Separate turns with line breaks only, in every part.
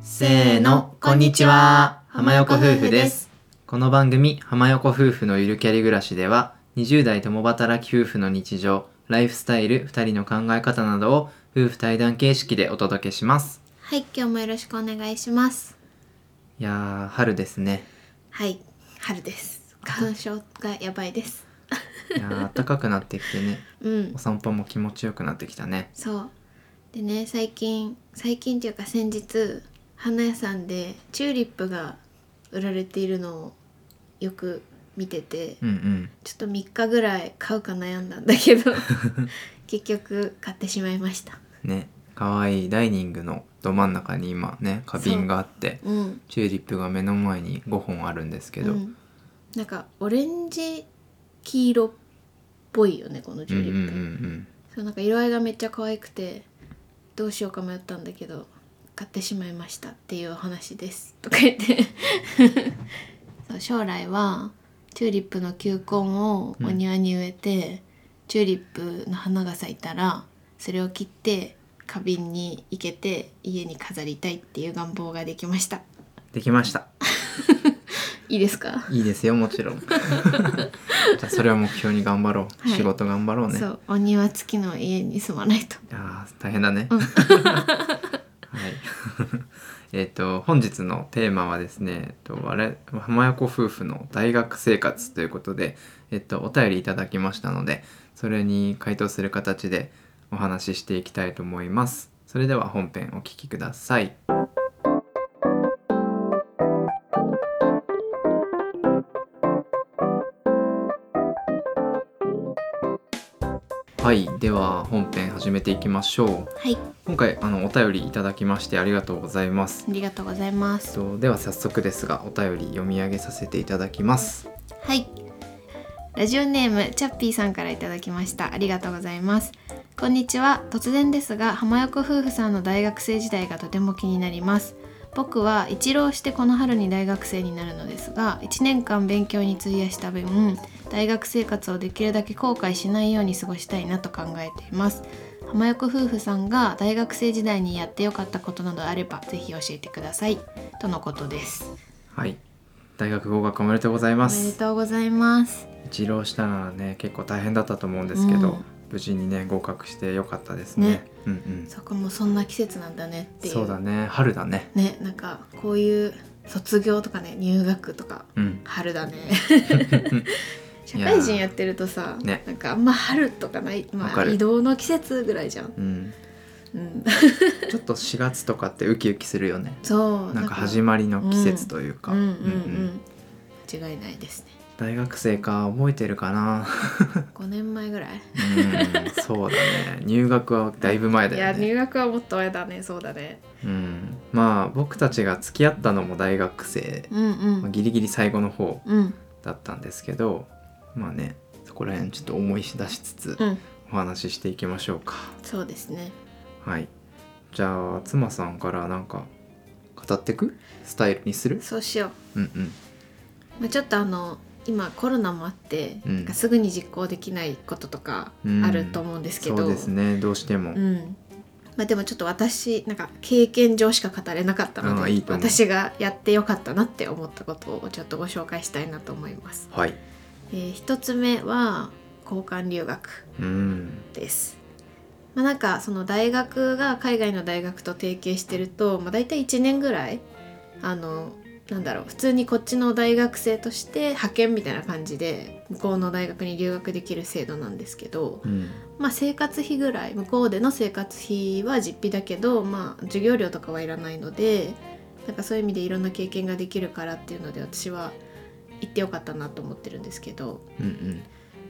せーの、こんにちは。浜横夫婦です。。この番組、浜横夫婦のゆるキャリ暮らしでは、20代共働き夫婦の日常、ライフスタイル、2人の考え方などを夫婦対談形式でお届けします。
はい、今日もよろしくお願いします。
いやー、春ですね。
はい、春です。花粉症がやばい です。
いやー、暖かくなってきてね、
うん
お、散歩も気持ちよくなってきたね。
そう。でね、最近、最近っていうか先日、花屋さんでチューリップが売られているのをよく見てて、
うんうん。
ちょっと3日ぐらい買うか悩んだんだけ ど、結局買ってしまいました。
ね、かわいいダイニングのど真ん中に今ね、花瓶があって、
うん。
チューリップが目の前に5本あるんですけど、
うん、なんかオレンジ黄色っぽいよねこのチューリップ、
うんうんうん
そうなんか色合いがめっちゃ可愛くてどうしようか迷ったんだけど買ってしまいましたっていうお話ですとか言って そう将来はチューリップの球根をお庭に植えて、チューリップの花が咲いたらそれを切って花瓶に生けて家に飾りたいっていう願望ができました
できました
いいですか
いいですよもち ろんじゃあそれを目標に頑張ろう、
はい
仕事頑張ろうね
そうお庭付きの家に住まないと
あー大変だね、はい えっと本日のテーマはですね、えっと、我々浜横夫婦の大学生活ということで、えっと、お便りいただきましたのでそれに回答する形でお話ししていきたいと思いますそれでは本編お聞きくださいはいでは本編始めていきましょう
はい
今回あのお便りいただきましてありがとうございます
ありがとうございま
えっ
す
とでは早速ですがお便り読み上げさせていただきます
はいラジオネームチャッピーさんからいただきましたありがとうございますこんにちは突然ですが浜横夫婦さんの大学生時代がとても気になります僕は一浪してこの春に大学生になるのですが1年間勉強に費やした分大学生活をできるだけ後悔しないように過ごしたいなと考えています浜横夫婦さんが大学生時代にやってよかったことなどあればぜひ教えてくださいとのことです
はい大学合格おめでとうござい
お
ま
めですとうございます
一浪したのはね結構大変だったと思うんですけど、
うん
無事にね合格してよかったですね
ね
うんうん
そこもそんな季節なんだねっていう
そうだね春だね
ねなんかこういう卒業とかね入学とか
うん
春 だね社
いやー
会人やってるとさ、
ね
なんかあんま春とかない、
わ
ま
か
あ、
る
移動の季節ぐらいじゃん、
うん、
うん、
ちょっと4月とかってウキウキするよね
そう
なんか始まりの季節というか
うんうんうん、
うんうん
間違いないですね
大学生か覚えてるかな
5年前ぐらい、
うん そうだね入学はだいぶ前
い
だ
や
よね
入学はもっと前だねそうだね
うん、まあ僕たちが付き合ったのも大学生、
うんう
まあ
ん
ギリギリ最後の方
うん
だったんですけどまあねそこら辺ちょっと思い出しつつ
うん
お話ししていきましょうか、
そうですね
はいじゃあ妻さんからなんか語ってくスタイルにする
そうしよう
うんうん
まあ、ちょっとあの今コロナもあって、
うん
なんかすぐに実行できないこととか
うん
あると思うんですけど、
そうですねどうしても、
うんまあ、でもちょっと私なんか経験上しか語れなかったの
ああ
で
いいと思う
私がやってよかったなって思ったことをちょっとご紹介したいなと思います。
はい
えー一つ目は交換留学
うん
です。まあ、なんかその大学が海外の大学と提携してると、まあ、大体1年ぐらいあのなんだろう普通にこっちの大学生として派遣みたいな感じで向こうの大学に留学できる制度なんですけど、
うん
まあ、生活費ぐらい向こうでの生活費は実費だけど、まあ、授業料とかはいらないのでなんかそういう意味でいろんな経験ができるからっていうので私は行ってよかったなと思ってるんですけど
うんうん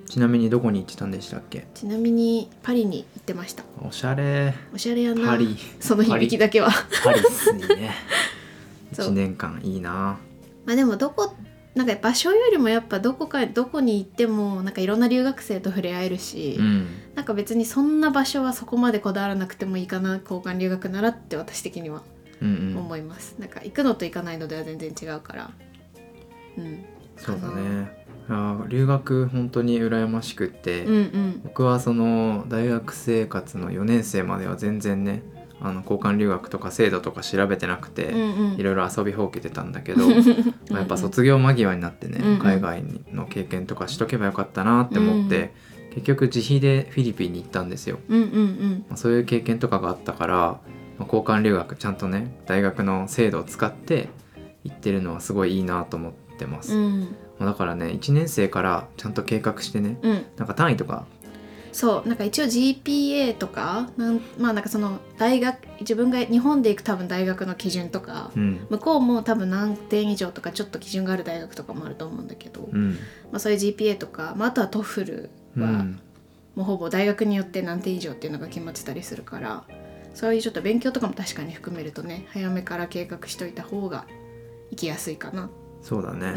ちなみにどこに行ってたんでしたっけ
ちなみにパリに行ってました。
おしゃれ
おしゃれやな
パリ
その響きだけは
パリスにね
そう
1年間いいな
まあでもどこなんか場所よりもやっぱどこかどこに行ってもなんかいろんな留学生と触れ合えるし、
うん
なんか別にそんな場所はそこまでこだわらなくてもいいかな交換留学ならって私的には
うんうん
思います、なんか行くのと行かないのでは全然違うからうん
そうだねあー留学本当に羨ましくって、
うんうん
僕はその大学生活の4年生までは全然ねあの交換留学とか制度とか調べてなくて、
うんうん
いろいろ遊びほうけてたんだ けどまあやっぱ
うんうん
卒業間際になってね、
うんうん
海外の経験とかしとけばよかったなって思って、結局自費でフィリピンに行ったんですよ。
うんうん
まあそういう経験とかがあったから、まあ交換留学ちゃんとね大学の制度を使って行ってるのはすごいいいなと思ってま
う
す。
んうん
まあだからね1年生からちゃんと計画してね
うん
なんか単位とか
そうなんか一応 GPA とかなんまあなんかその大学自分が日本で行く多分大学の基準とか
うん
向こうも多分何点以上とかちょっと基準がある大学とかもあると思うんだけど、
うん
まあ、そういう GPA とか、まあ、あとは TOEFL
う
は
ん
もうほぼ大学によって何点以上っていうのが決まってたりするからそういうちょっと勉強とかも確かに含めるとね早めから計画しといた方が行きやすいかな。
そうだね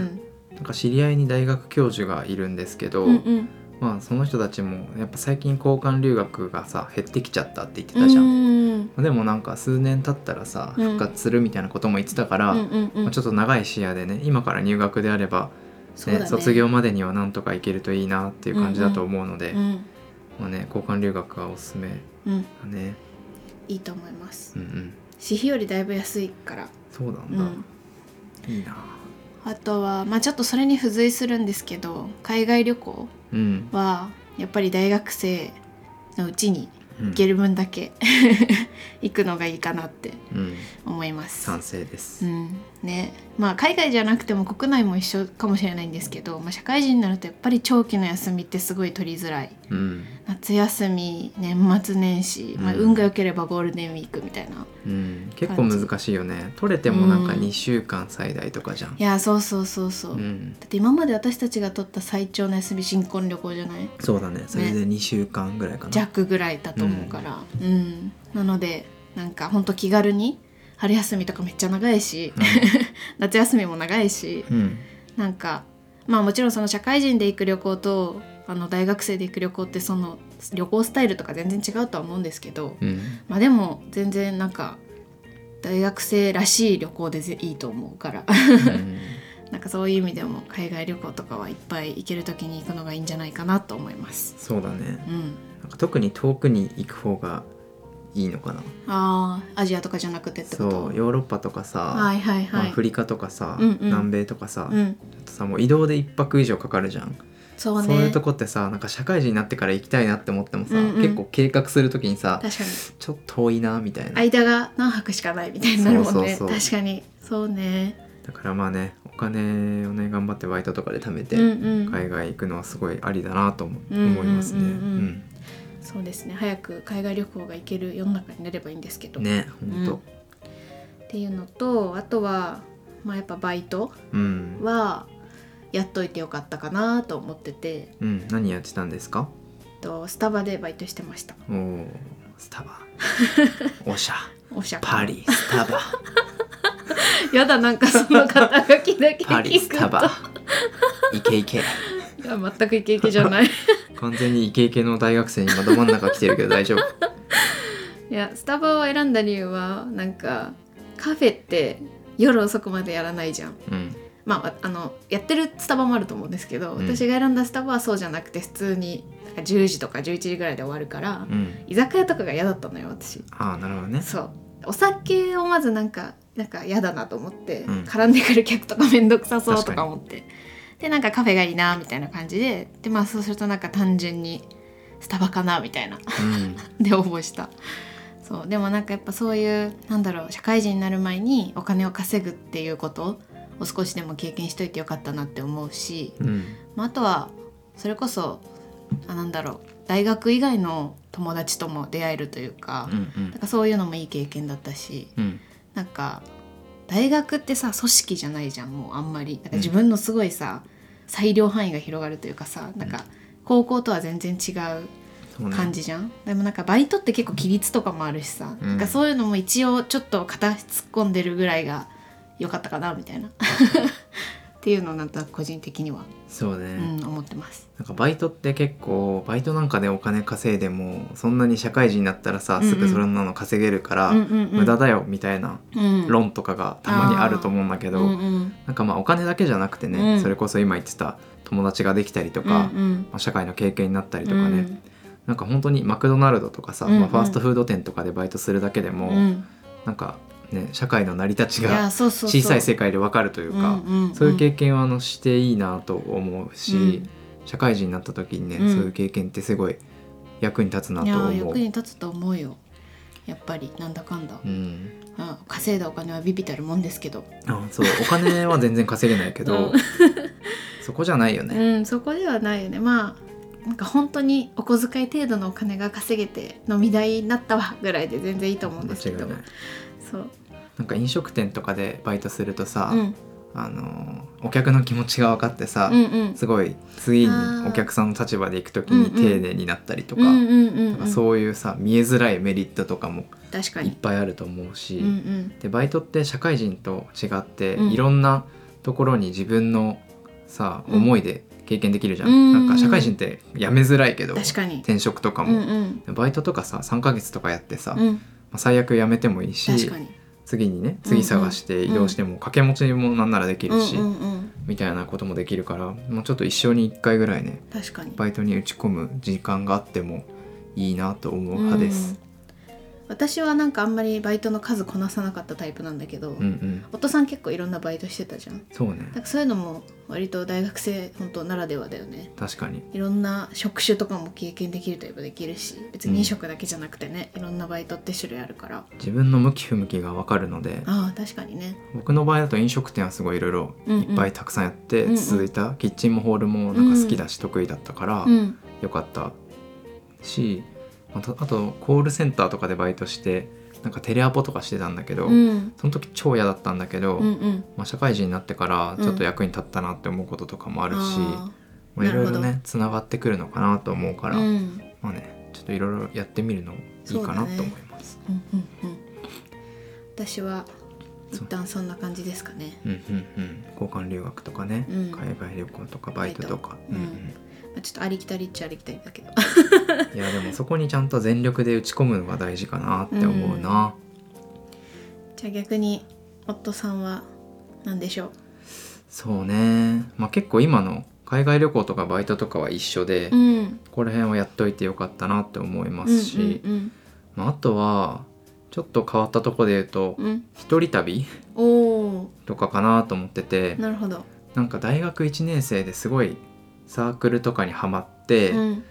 う、ん、
なんか知り合いに大学教授がいるんですけど、
うんうん
まあその人たちもやっぱ最近交換留学がさ減ってきちゃったって言って
う
たじゃん、
ん
でもなんか数年経ったらさ
うん
復活するみたいなことも言ってたから、
うんうんうん
まあちょっと長い視野でね今から入学であれば、
そう
ね
だね
卒業までにはなんとか行けるといいなっていう感じだと思うので、
うん
まあね、交換留学はおすすめ
うん
だね
いいと思います
うんうん
私費よりだいぶ安いから、
そうなん
う
だ、
ん、
いいな
あとはまあちょっとそれに付随するんですけど海外旅行
うん、
はやっぱり大学生のうちに
うん
行ける分だけ 行くのがいいかなって
うん、
思います。
賛成で
う
す、
んねまあ、海外じゃなくても国内も一緒かもしれないんですけど、まあ、社会人になるとやっぱり長期の休みってすごい取りづらい
うん
夏休み年末年始、まあ、
うん
運が良ければゴールデンウィークみたいな、
うん、結構難しいよね取れてもなんか2週間最大とかじゃん
いやそうそうそうそう、
うん、
だって今まで私たちが取った最長の休み新婚旅行じゃない
そうだねそれで2週間ぐらいかな、
弱ぐらいだと思うから、うんなのでなんかほんと気軽に春休みとかめっちゃ長いし、 夏休みも長いし
うん、うん
なんかまあもちろんその社会人で行く旅行とあの大学生で行く旅行ってその旅行スタイルとか全然違うとは思うんですけど、
うん
まあでも全然なんか大学生らしい旅行でぜいいと思うから
うん
なんかそういう意味でも海外旅行とかはいっぱい行ける時に行くのがいいんじゃないかなと思います。
そうだね
うん、
なんか特に遠くに行く方がいいのかな
あーアジアとかじゃなくてってこと
そうヨーロッパとかさ、
はいはい
まあ
はい、
アフリカとかさ、
うんうん
南米とかさ、
うん、
ちょっとさもう移動で1泊以上かかるじゃん
そうね
いうとこってさなんか社会人になってから行きたいなって思ってもさ、
うんうん
結構計画するときにさ
確かに
ちょっと遠いなみたいな
間が何泊しかないみたいになるもんね
そうそうそう
確かにそうね
だからまあねお金をね頑張ってバイトとかで貯めて、
うんうん、
海外行くのはすごいありだなと思
うんうんうんうん
思いますね。うん
そうですね早く海外旅行が行ける世の中になればいいんですけど、
ね
うん
本
っていうのとあとは、まあ、やっぱバイト
当、うん
はやっといてよかったかなと思ってて
うん、何やってたんですか
とスタバでバイトしてました
おース タバおしゃ
おしゃ
パリスタバ
やだなんかその肩書きだけ
パリ
聞
ス
く
タバ
と
イケイケ
いや全くイケイケじゃない
完全にイケイケの大学生にまど真ん中来てるけど大丈夫
いやスタバを選んだ理由はなんかカフェって夜遅くまでやらないじゃん
うん
まあ、あのやってるスタバもあると思うんですけど、
うん
私が選んだスタバはそうじゃなくて普通になんか10時とか11時ぐらいで終わるから、
うん
居酒屋とかが嫌だったのよ私
ああなるほどね
そうお酒をまずなんかなんか嫌だなと思って、
うん
絡んでくる客とか面倒くさそうと
確か
か
に
思ってでなんかカフェがいいなみたいな感じででまあそうするとなんか単純にスタバかなみたいな
うん
で応募したそうでもなんかやっぱそういうなんだろう社会人になる前にお金を稼ぐっていうことを少しでも経験しといてよかったなって思うし、
うん
まあ、あとはそれこそあなんだろう大学以外の友達とも出会えるというか,、
うん
なんかそういうのもいい経験だったし
うんうん
なんか大学ってさ組織じゃないじゃんもうあんまりなんか自分のすごいさ、裁量範囲が広がるというかさなんか高校とは全然違う
そうね
感じじゃん、でもなんかバイトって結構規律とかもあるしさ、
うん
なんかそういうのも一応ちょっと肩突っ込んでるぐらいが良かったかなみたいな っていうのをなんとなく個人的には、
そうね、
うん、思ってます。
なんかバイトって結構バイトなんかでお金稼いでもそんなに社会人になったらさ
うんうん
すぐそんなの稼げるから、
うんうんうん
無駄だよみたいな
うん
論とかがたまにあると思うんだけど、
うんうん
なんかまあお金だけじゃなくてね、
うん
それこそ今言ってた友達ができたりと
うんう
か、ま
ん
あ社会の経験になったりとかね、
うん
なんか本当にマクドナルドとかさ、
うんうん
まあ、ファーストフード店とかでバイトするだけでも、
うん、
なんかね社会の成り立ち
い
が
やそうそうそう
小さい世界でわかるというか、
んん
そういう経験はあのしていいなと思うし、
うん
社会人になった時にね、
うん
そういう経験ってすごい役に立つない
や
と
ー
思う
役に。立つと思うよやっぱりなんだかんだ、
うん、
うん稼いだお金はビビたるもんですけど、
あそうお金は全然稼げないけど、
うん
そこじゃないよね。
うん、そこではないよねまあなんか本当にお小遣い程度のお金が稼げて飲み代になったわぐらいで全然いいと思うん
間
ですけ
違いな
ど
い
そう、
なんか飲食店とかでバイトするとさ、
うん、
あのお客の気持ちが分かってさ、
うんうん
すごい次に
あー
お客さんの立場で行く時
うんうん
に丁寧になったりとか,、
うんうんうんうん、
そういうさ見えづらいメリットとかも
確か
いっ
に、
ぱいあると思うし、
うんうん、
でバイトって社会人と違って、
うん
いろんなところに自分のさ
うん
思いで経験できるじゃん、
うん
なんか社会人って辞めづらいけど
確かに
転職とか
うん
も、
うん
バイトとかさ3ヶ月とかやってさ、
う
ま
ん
あ最悪辞めてもいいし
確かに
次にね次探して移動しても掛け持ちもなんならでき
う
る
ん
し、
うんうん
みたいなこともできるからもうちょっと一生に1回ぐらいね
確かに
バイトに打ち込む時間があってもいいなと思う派です。
うん私はなんかあんまりバイトの数こなさなかったタイプなんだけど、
うん、うん、
お父さん結構いろんなバイトしてたじゃん
そうね
なんかそういうのも割と大学生本当ならではだよね
確かに
いろんな職種とかも経験できるといえばできるし別に飲食だけじゃなくてね、いろんなバイトって種類あるから
自分の向き不向きが分かるので
ああ確かにね
僕の場合だと飲食店はすごいいろいろ
うんうん
いっぱいたくさんやっ
う
て
んうん
続いた、キッチンもホールもなんか好きだし得意だったから
うん
良かったし、またあとコールセンターとかでバイトしてなんかテレアポとかしてたんだけど、
うん
その時超嫌だったんだけど、
うんうん
まあ、社会人になってからちょっと役に立ったなって思うこととかもあるし、
あ
まあ、いろいろ
なるほ
ねつながってくるのかなと思うか
あ
ら、
うん
まあねちょっといろいろやってみるのもいいかなと思います。
うんうんうん私は一旦そんな感じですかね、
うんうんうん、交換留学とかね、
うん
海外旅行とかバイトとか、
バイト
うん
まあ、ちょっとありきたりっちゃありきたりだけど
うんいやでもそこにちゃんと全力で打ち込むのが大事かなって思うな、
じゃあ逆に夫さんは何でしょ
そうね、まあ、結構今の海外旅行とかバイトとかは一緒で、
う、うん、
ここら辺はやっといてよかったなって思いますし、
うんうん
まあ、あとはちょっと変わったとこで言うと、
うんうん、
一人旅
おお
とかかなと思ってて
なるほど、
なんか大学1年生ですごいサークルとかにはまって、
うん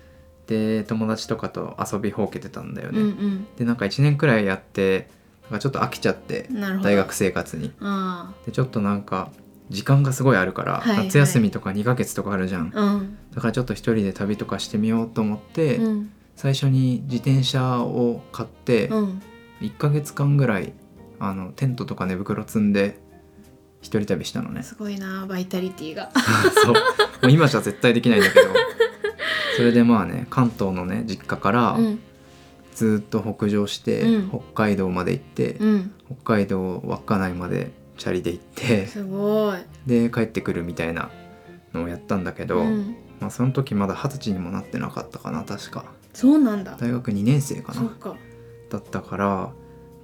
で友達とかと遊びほうけてたんだよ
うん
ね。
うん
でなんか1年くらいやってなんかちょっと飽きちゃって
なるほど
大学生活に
あ
でちょっとなんか時間がすごいあるから、
はいはい
夏休みとか2ヶ月とかあるじゃん
あうん
だからちょっと一人で旅とかしてみようと思って、
うん
最初に自転車を買って、
うん
1ヶ月間ぐらいあのテントとか寝袋積んで一人旅したの ね
すごいなバイタリティが
そう もう今じゃ絶対できないんだけどそれでまあね関東のね実家から
うん
ずっと北上して、
うん
北海道まで行って、
うん
北海道稚内までチャリで行って
すごい
で帰ってくるみたいなのをやったんだけど、
ん、
まあ、その時まだ二十歳にもなってなかったかな確か
そうなんだ
大学2年生か
そ
な
っか
だったから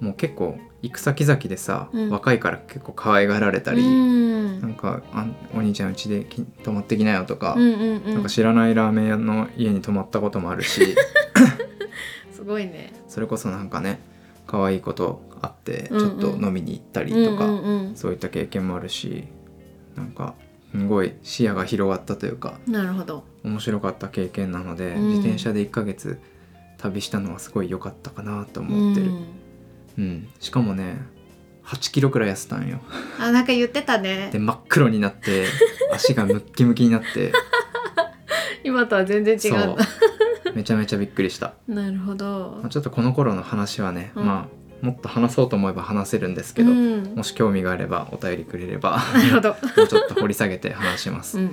もう結構行く先々でさ、
うん
若いから結構可愛がられたり、
うん
なんかあん「お兄ちゃんうちでき泊まってきなよ」とか、
うんうんうん
なんか知らないラーメン屋の家に泊まったこともあ るし
すごいね
それこそなんかね可愛いことあってち
うんう
ょ
ん
っと飲みに行ったりとか。
うんうん
そういった経験もあるしなんかすごい視野が広がったというか
うん、なるほど
面白かった経験なので、
うん
自転車で1ヶ月旅したのはすごい良かったかなと思ってる、うんしかもね8キロくらい痩せたんよ
うん、あなんか言ってたね
で真っ黒になって 足がムッキムキになって
今とは全然違う
そうめちゃめちゃびっくりした、
なるほど
まあちょっとこの頃の話はね、
うん
まあもっと話そうと思えば話せるんですけど、
うん、な
もし興味があればお便りくれ れば
るほど
もうちょっと掘り下げて話します
うんうん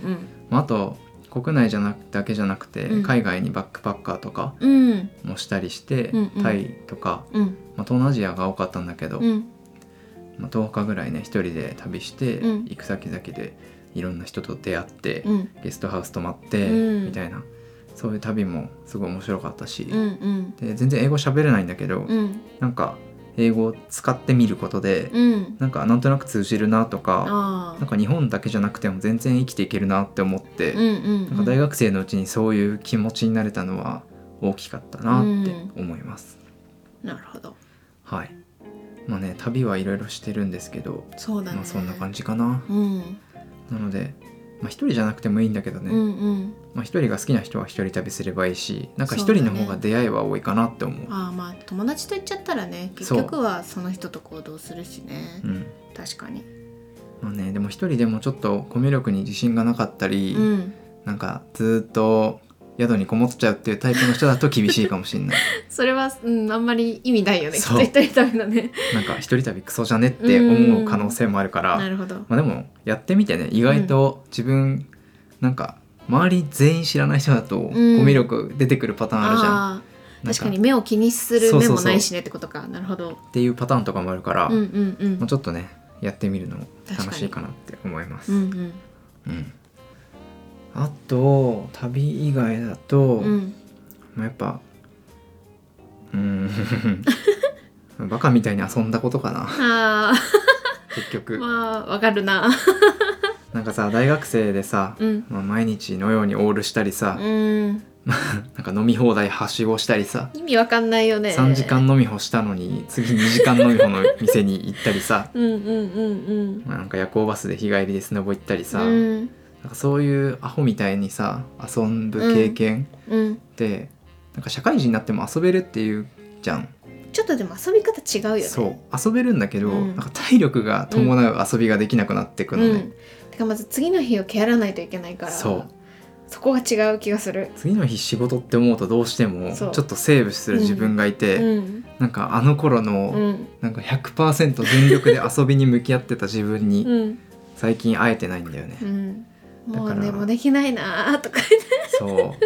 まあ、あと国内じゃなくだけじゃなくて、
うん
海外にバックパッカーとか
うん
もしたりして、
うんうん
タイとか、
うん
まあ、東南アジアが多かったんだけど、
うん
まあ、10日ぐらいね一人で旅して、
うん
行く先々でいろんな人と出会って、
うん
ゲストハウス泊まって、
うん
みたいなそういう旅もすごい面白かったし、
うん
で全然英語喋れないんだけど、
うん
なんか英語を使ってみることで、
うん
なんかなんとなく通じるなとか、
あ
なんか日本だけじゃなくても全然生きていけるなって思って。
うんうん
なんか大学生のうちにそういう気持ちになれたのは大きかったなって思います。
なるほど
はい。まあね旅はいろいろしてるんですけど、
そうだね、
まあそんな感じかな。
うん、
なので、まあ一人じゃなくてもいいんだけどね。
うんうん
まあ一人が好きな人は一人旅すればいいし、なんか一
そうだ
人
ね
の方が出会いは多いかなって思う。
ああまあ友達と行っちゃったらね結
そう
局はその人と行動するしね
うん。
確かに
まあねでも一人でもちょっとコミュ力に自信がなかったり、
うん
なんかずっと宿にこもっちゃうっていうタイプの人だと厳しいかもし れない
それは、うん、あんまり意味ないよねきっ
そう
と一人旅のね
なんか一人旅クソじゃねって思う可能性もあるから
なるほど
まあ、でもやってみてね意外と自分、なんか周り全員知らない人だとコミ
ん
ュ力出てくるパターンあるじゃん。
あー
なん
確か
か
に目を気にする
そう
目
そうそう
もないしねってことかなるほど
っていうパターンとかもあるから、
うんうんうん
まあ、ちょっとねやってみるのも楽しいかなって思います。
うんうん
うんあと旅以外だと、
うん
まあ、やっぱうーん バカみたいに遊んだことかな
あ
結
ー
局、
まあわかるな
なんかさ大学生でさ、
うん
まあ、毎日のようにオールしたりさ、
うん
なんか飲み放題はしごしたりさ、
意味わかんないよね
3時間飲み干したのに次2時間飲み干の店に行ったりさ
うんうんうんうん
まあなんか夜行バスで日帰りでスノボ行ったりさ、
うん
なんかそういうアホみたいにさ遊ぶ経験
うん
って、なんか社会人になっても遊べるっていうじゃん、
ちょっとでも遊び方違うよね
そう遊べるんだけど、
うん
なんか体力が伴う遊びができなくなってくのね、
うん、てかまず次の日をケアらないといけないから
そう
そこが違う気がする、
次の日仕事って思うとどうしてもち
そ
ょ
う
っとセーブする自分がいて、
うん
なんかあの頃
う
の
ん
なんか100%全力で遊びに向き合ってた自分に
うん
最近会えてないんだよね
う。んも
だ
う
から
でもできないなーとか
そう。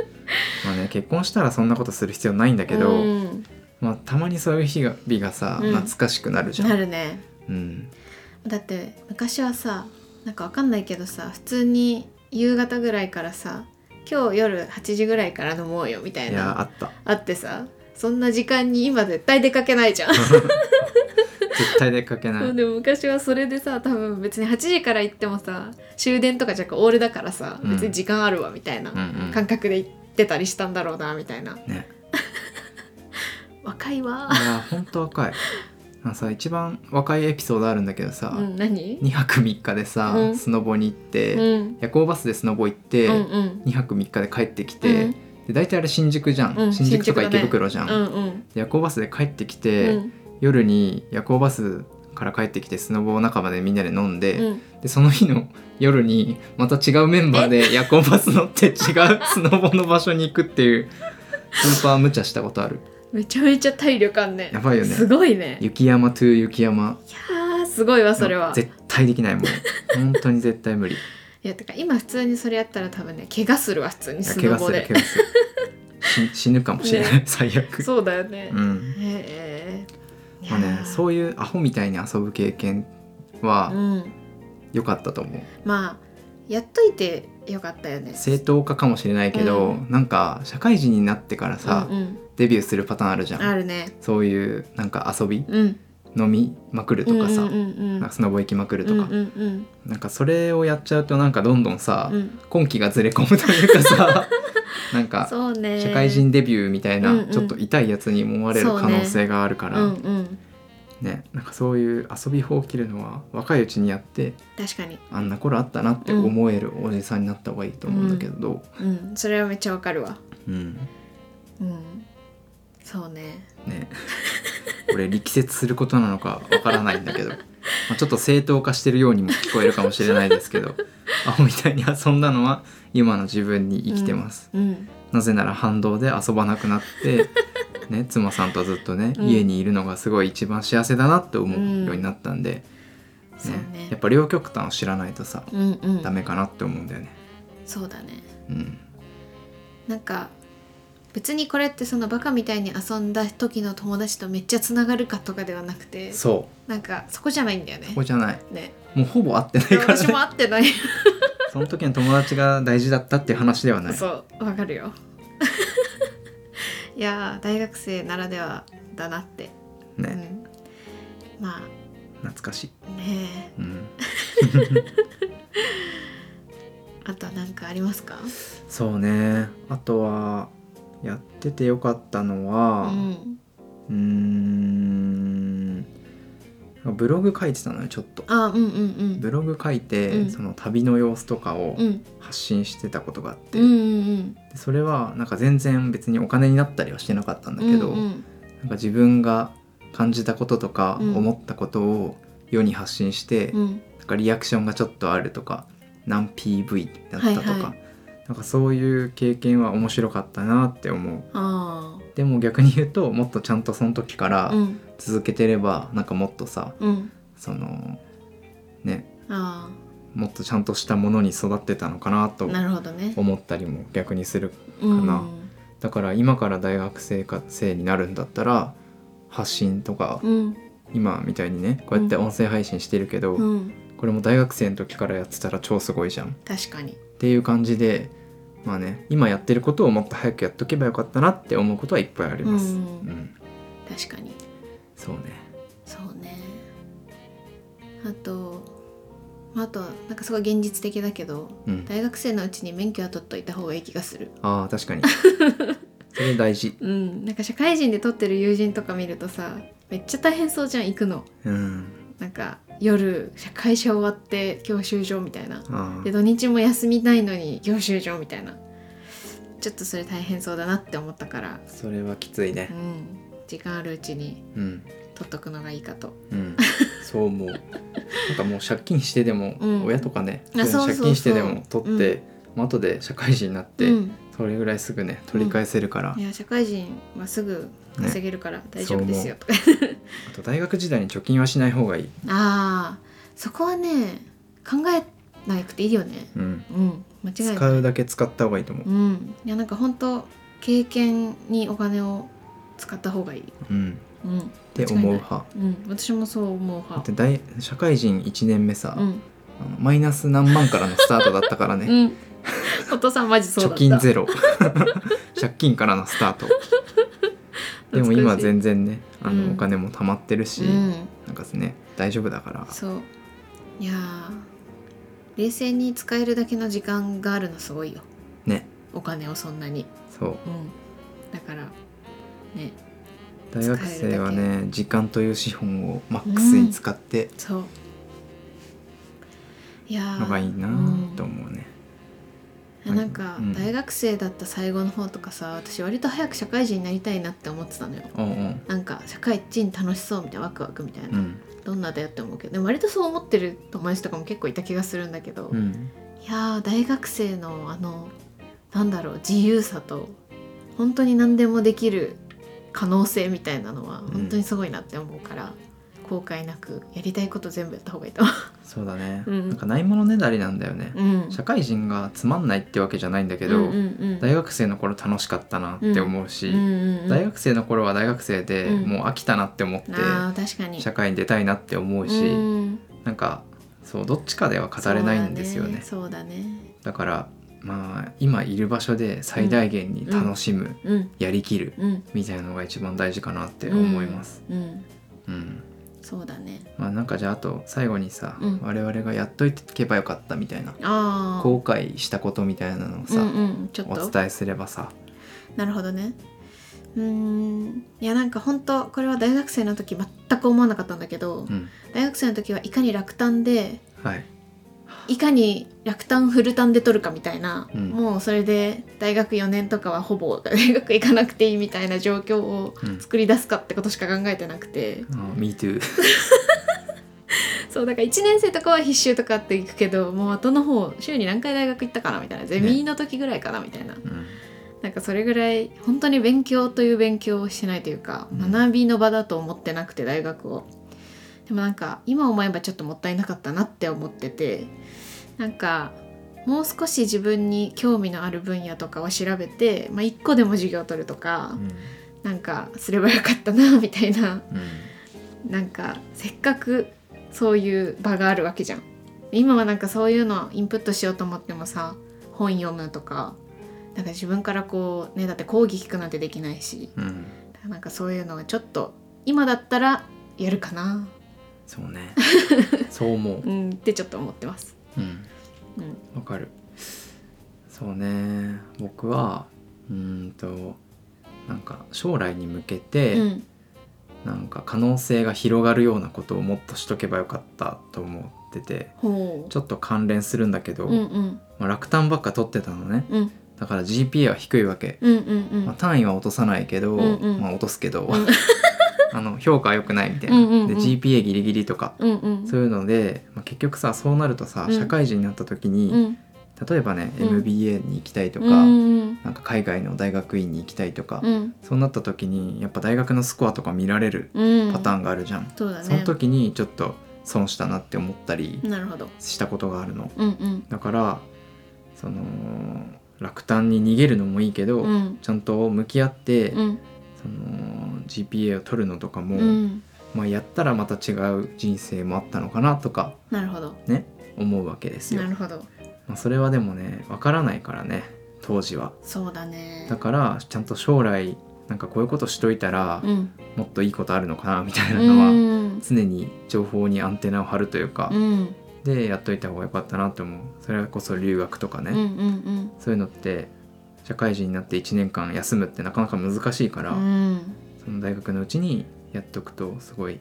まあね結婚したらそんなことする必要ないんだけど、
うん、
まあたまにそういう日が日がさ
うん
懐かしくなるじゃん。
なるね
うん。
だって昔はさなんかわかんないけどさ普通に夕方ぐらいからさ今日夜8時ぐらいから飲もうよみたい
いやあ
な
った。
あってさそんな時間に今絶対出かけないじゃん、
絶対出かけな い。
でも昔はそれでさ多分別に8時から行ってもさ終電とかじゃなくオールだからさ
うん
別に時間あるわみたいな、
うんうん。
感覚で行ってたりしたんだろうなみたいな
ね。
若いわ
いや本当若い。 あのさ一番若いエピソードあるんだけどさ、
うん何
2泊3日でさ、
うん
スノボに行って、
うん
夜行バスでスノボ行って、
うんうん
2泊3日で帰ってき
う
て、
ん
で大体あれ新宿じゃん、
うん
新宿とか
新宿だね
池袋じゃん、
うんうん
で夜行バスで帰ってき
う
て、
ん
夜に夜行バスから帰ってきてスノボ仲間でみんなで飲んで、
うん
でその日の夜にまた違うメンバーで夜行バス乗って違うスノボの場所に行くっていうスーパー無茶したことある
めちゃめちゃ体力あんね
やばいよね
すごいねい
雪山 to 雪山
やーすごいわそれは
絶対できないもん本当に絶対 無理い
いやてか今普通にそれやったら多分ね怪我するわ普通に
や
ス
怪
ノ
我
ボ
する
で
怪我するし死ぬかもしれない、
ね
最悪
そうだよね
うん
へえ
まあね、そうういうアホみたいに遊ぶ経験は
ん
良かったと思う、
まあやっといてよかったよね
正当化かもしれないけど、
うん
なんか社会人になってからさ、
うんうん
デビューするパターンあるじゃ
あ
ん
るね
そういうなんか遊び
うん
飲みまくるとかさ、
うんうんうんうん
なんかスノボ行きまくるとか、
うんうんうん
なんかそれをやっちゃうとなんかどんどんさ、
うん
今期がずれ込むというかさ なんか
そうね
社会人デビューみたいな、
うんうん
ちょっと痛いやつに思われる
そうね
可能性があるから、
うんうん
ねなんかそういう遊び方を切るのは若いうちにやって
確かに
あんな頃あったなって思えるおじさんになった方がいいと思うんだけど、
うんそれはめっちゃわかるわ
うん
うんそうね
ねこれ力説することなのかわからないんだけど、まあ、ちょっと正当化してるようにも聞こえるかもしれないです けどアホみたいに遊んだのは今の自分に生きてます、
うん
なぜなら反動で遊ばなくなってね妻さんとずっとね、
うん
家にいるのがすごい一番幸せだなって思うようになったんで、
そう
ね
ね
やっぱ両極端を知らないとさ
うんうん
ダメかなって思うんだよね。
そうだね
うん、
なんか別にこれってそのバカみたいに遊んだ時の友達とめっちゃつながるかとかではなくて
そ
なんかそこじゃないんだよね
うここじゃない
ね
もうほぼ合って ない から、ね、
私も会って ない
その時の友達が大事だったっていう話ではない。
そうわかるよ いやー大学生ならではだなって、う
ね、
ん、ま
懐かしい。
あね
うん、
えあとなんかありますか
そうね。あとはやっててよかったのは
うん、
うーんブログ書いてたのよちょっと
あうんうん
ブログ書いて、
うん
その旅の様子とかを
うんうん
発信してたことがあって、
うんうん
でそれはなんか全然別にお金になったりはしてなかったんだ
う
け
ん
ど、
うんうん
なんか自分が感じたこととか
うん
思ったことを世に発信して、
うん
なんかリアクションがちょっとあるとか何 PV だったとか、
はいは
なんかそういう経験は面白かったなって思う
あ
でも逆に言うともっとちゃんとその時から
あうん
続けてれば、なんかもっとさ
うん
そのね
あ
もっとちゃんとしたものに育ってたのかな
あ
と
なるほどね
思ったりも逆にする
うん
なだから今から大学生か生になるんだったら発信とか、
うん
今みたいにねこうやって音声配信してるけど、
うん
これも大学生の時からやってたら超すごいじゃんっ
確かに
ていう感じでまあね今やってることをもっと早くやっとけばよかったなって思うことはいっぱいあります。
う
うんん、
確かに
そうね。
そうねあとまああとなんかすごい現実的だけど
うん、
大学生のうちに免許は取っといた方がいい気がする
ああ確かに それ大事。
うんなんか社会人で取ってる友人とか見るとさめっちゃ大変そうじゃん行くの
うん、
なんか夜会社終わって教習所みたいな
あ
で土日も休みないのに教習所みたいなちょっとそれ大変そうだなって思ったから
あそれはきついうね。
ん時間あるうちに
うん
取っとくのがいいかと
うん、そう思う。なんかもう借金してでも、
うん
親とかね
あ
そういうの
そうそうそう
借金してでも取って、まあ後で社会人になって、
うん、
それぐらいすぐね取り返せるから、
いや社会人はすぐ稼げるから大丈夫ですよとか、
あと大学時代に貯金はしない方がいい。
ああそこはね考えなくていいよね
うん、
うん間違いない
使うだけ使った方がいいと思う
う。んいやなんか本当経験にお金を使った方がいい
うん、っ
うんって
思う派。
うん私もそう思う
だっ
派
て大社会人1年目さ、
うん、
あのマイナス何万からのスタートだったからね、
う ん、お父さんマジそうだっ
貯
た
金ゼロ 借金からのスター トでも今全然ねあ
うん
のお金も貯まってるし、
うん
なんかね大丈夫だから
そういやー冷静に使えるだけの時間があるのすごいよ
ね
お金をそんなに
そう
うんだからね
大学生は
使え
ね時間という資本をマックスに使って
そういやー
のがいいな
うん
と思うね、
いやなんか、
うん
大学生だった最後の方とかさ私割と早く社会人になりたいなって思ってたのよ
うんうん
なんか社会人楽しそうみたいなワクワクみたいな、
うん
どんなだよって思うけどでも割とそう思ってる友達とかも結構いた気がするんだけど、
う
い
ん
やー大学生のあのなんだろう自由さと本当に何でもできる可能性みたいなのは
ん
本当にすごいなって思うから、後悔なくやりたいこと全部やった方がいいと思
そうだね、
うん
なんかないものねだりなんだよね、
う。うん
社会人がつまんないってわけじゃないんだけど、
うんうんうん
大学生の頃楽しかったなって思うし、
うんうんうん
大学生の頃は大学生で、
うん
もう飽きたなって思って
あー確かに
社会に出たいなって思うし、
うん
なんかそうどっちかでは語れないんですよねだ
そうだね
からまあ今いる場所で最大限に楽しむ、
そうだね
やりきる
うんうん
みたいなのが一番大事かなって思います。
うん、うん
うん
そうだね
まあ、なんかじゃああと最後にさ、
うん
我々がやっといてけばよかったみたいな
ああ
後悔したことみたいなのをさ、
うんうん、ちょっ
お
と
伝えすればさ、
なるほどねうーんいやなんか本当これは大学生の時全く思わなかったんだけど、
うん、
大学生の時はいかに落胆で
はい、
いかに落胆フルタンで取るかみたいな、
うん
もうそれで大学4年とかはほぼ大学行かなくていいみたいな状況を
うん
作り出すかってことしか考えてなくて、
あー Me too
そうだから1年生とかは必修とかって行くけどもう後の方週に何回大学行ったかなみたいなゼミの時ぐらいかなみたいな、
うん
なんかそれぐらい本当に勉強という勉強をしてないというか、
うん
学びの場だと思ってなくて大学をでもなんか今思えばちょっともったいなかったなって思っててなんかもう少し自分に興味のある分野とかを調べて、まあ、1個でも授業取るとか、なんかすればよかったなみたいな
うん
なんかせっかくそういう場があるわけじゃん今はなんかそういうのインプットしようと思ってもさ本読むとかなんか自分からこうねだって講義聞くなんてできないし
うん、うん
なんかそういうのがちょっと今だったらやるかな
そ うねそう思う
うんってちょっと思ってます
うん
うん
わかるそうね僕はうーんとなんか将来に向けて、
うん
なんか可能性が広がるようなことをもっとしとけばよかったと思ってて
ほう
ちょっと関連するんだけど、
うんうん
まあ、落胆ばっか取ってたのね
うん
だから GPA は低いわけ、
うんうんうん
まあ、単位は落とさないけど、
うんうん
まあ、落とすけど、
ん
あの評価は良くないみたいな、
うんうんうん
で GPA ギリギリとか
うんうん
そういうので、まあ、結局さそうなるとさ
うん
社会人になった時に、
うん
例えばね
うん
MBA に行きたいとか、
うん
なんか海外の大学院に行きたいとか、
うん
そうなった時にやっぱ大学のスコアとか見られる
うん
パターンがあるじゃん、
そうだね
その時にちょっと損したなって思ったり
なるほど
したことがあるの。
うんうん
だからその落胆に逃げるのもいいけど、
うん
ちゃんと向き合って、
うん
その GPA を取るのとかも、
うん
まあ、やったらまた違う人生もあったのかなとか
なるほど
ね思うわけですよ
な。るほど
まあ、それはでもねわからないからね当時は。
そうだね
だからちゃんと将来なんかこういうことしといたら、
うん
もっといいことあるのかなみたいうなのは、
ん
常に情報にアンテナを張るというか、
うん
でやっといた方が良かったなと思うそれこそ留学とかね、
うんうん
そういうのって社会人になって1年間休むってなかなか難しいから、
うん
その大学のうちにやっとくとすごい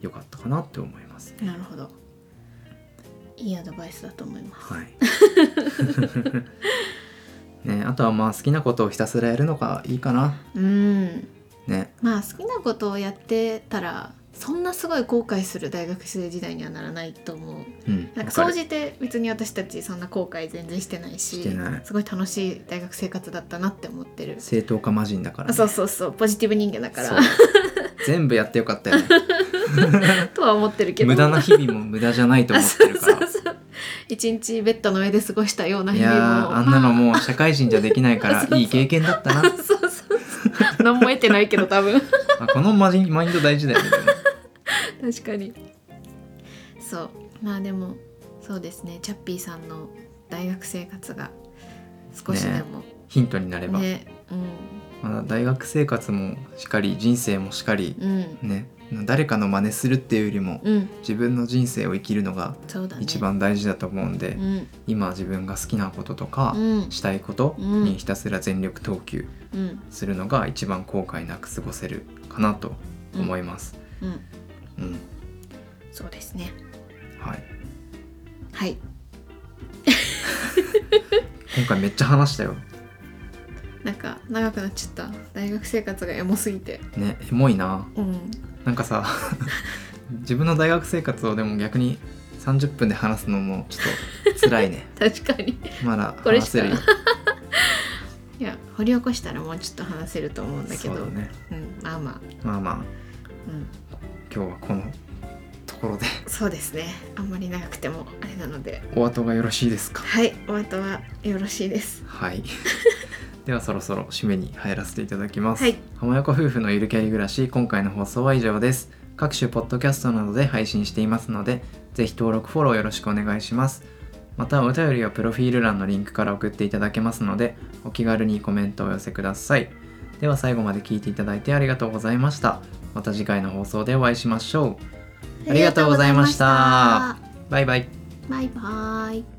良かったかなって思いますね。
なるほどいいアドバイスだと思います
はいね、あとはまあ好きなことをひたすらやるのがいいかな
うん
ね
まあ好きなことをやってたらそんなすごい後悔する大学生時代にはならないと思う
うん
なんか
わ
総
る
じて別に私たちそんな後悔全然してないし
してない
すごい楽しい大学生活だったなって思ってる
正当化魔人だから、
あそうそうそうポジティブ人間だから
そう全部やってよかっ たよね
とは思ってるけど
無駄な日々も無駄じゃないと思ってるから
あそうそうそう一日ベッドの上で過ごしたようない日
や
々
ー
も
あんなのもう社会人じゃできないか
そう
ら
そう
いい経験だったな、
そうそうそう何も得てないけど多分
あ、このマジマインド大事だよねでも
確かにそうまあでもそうですねチャッピーさんの大学生活が少しでも
ヒントになれば、
ね
まあ、大学生活もしっかり人生もしっかり
うんうん
ね誰かの真似するっていうよりも
うん
自分の人生を生きるのが
そうだね
一番大事だと思うんで、
うん
今自分が好きなこととか
うん
したいことにひたすら全力投球
うん
するのが一番後悔なく過ごせるかなと思います。
うん
うん、
そうですね
はい。
はい
今回めっちゃ話したよ。
なんか長くなっちゃった大学生活がエモすぎて
ね、エモいな。
うん
なん かさ、自分の大学生活をでも逆に30分で話すのもちょっと辛 いね。
確かに
まだ
これ
話
し
せ
か
るよ。
いや掘り起こしたらもうちょっと話せると思うんだけ
そ
ど
うだね。
うん、まあまあ、
まあまあ
うん、
今日はこのところで
そうですねあんまり長くてもあれなので
お後がよろしいですか。
はいお後はよろしいです
はい。ではそろそろ締めに入らせていただきます。
はい
浜横夫婦のゆるキャリ暮らし、今回の放送は以上です。各種ポッドキャストなどで配信していますので、ぜひ登録、フォローよろしくお願いします。また、お便りはプロフィール欄のリンクから送っていただけますので、お気軽にコメントをお寄せください。では最後まで聞いていただいてありがとうございました。また次回の放送でお会いしましょう。ありがとうございました
ありがとうございました
バイバイ。
バイバイ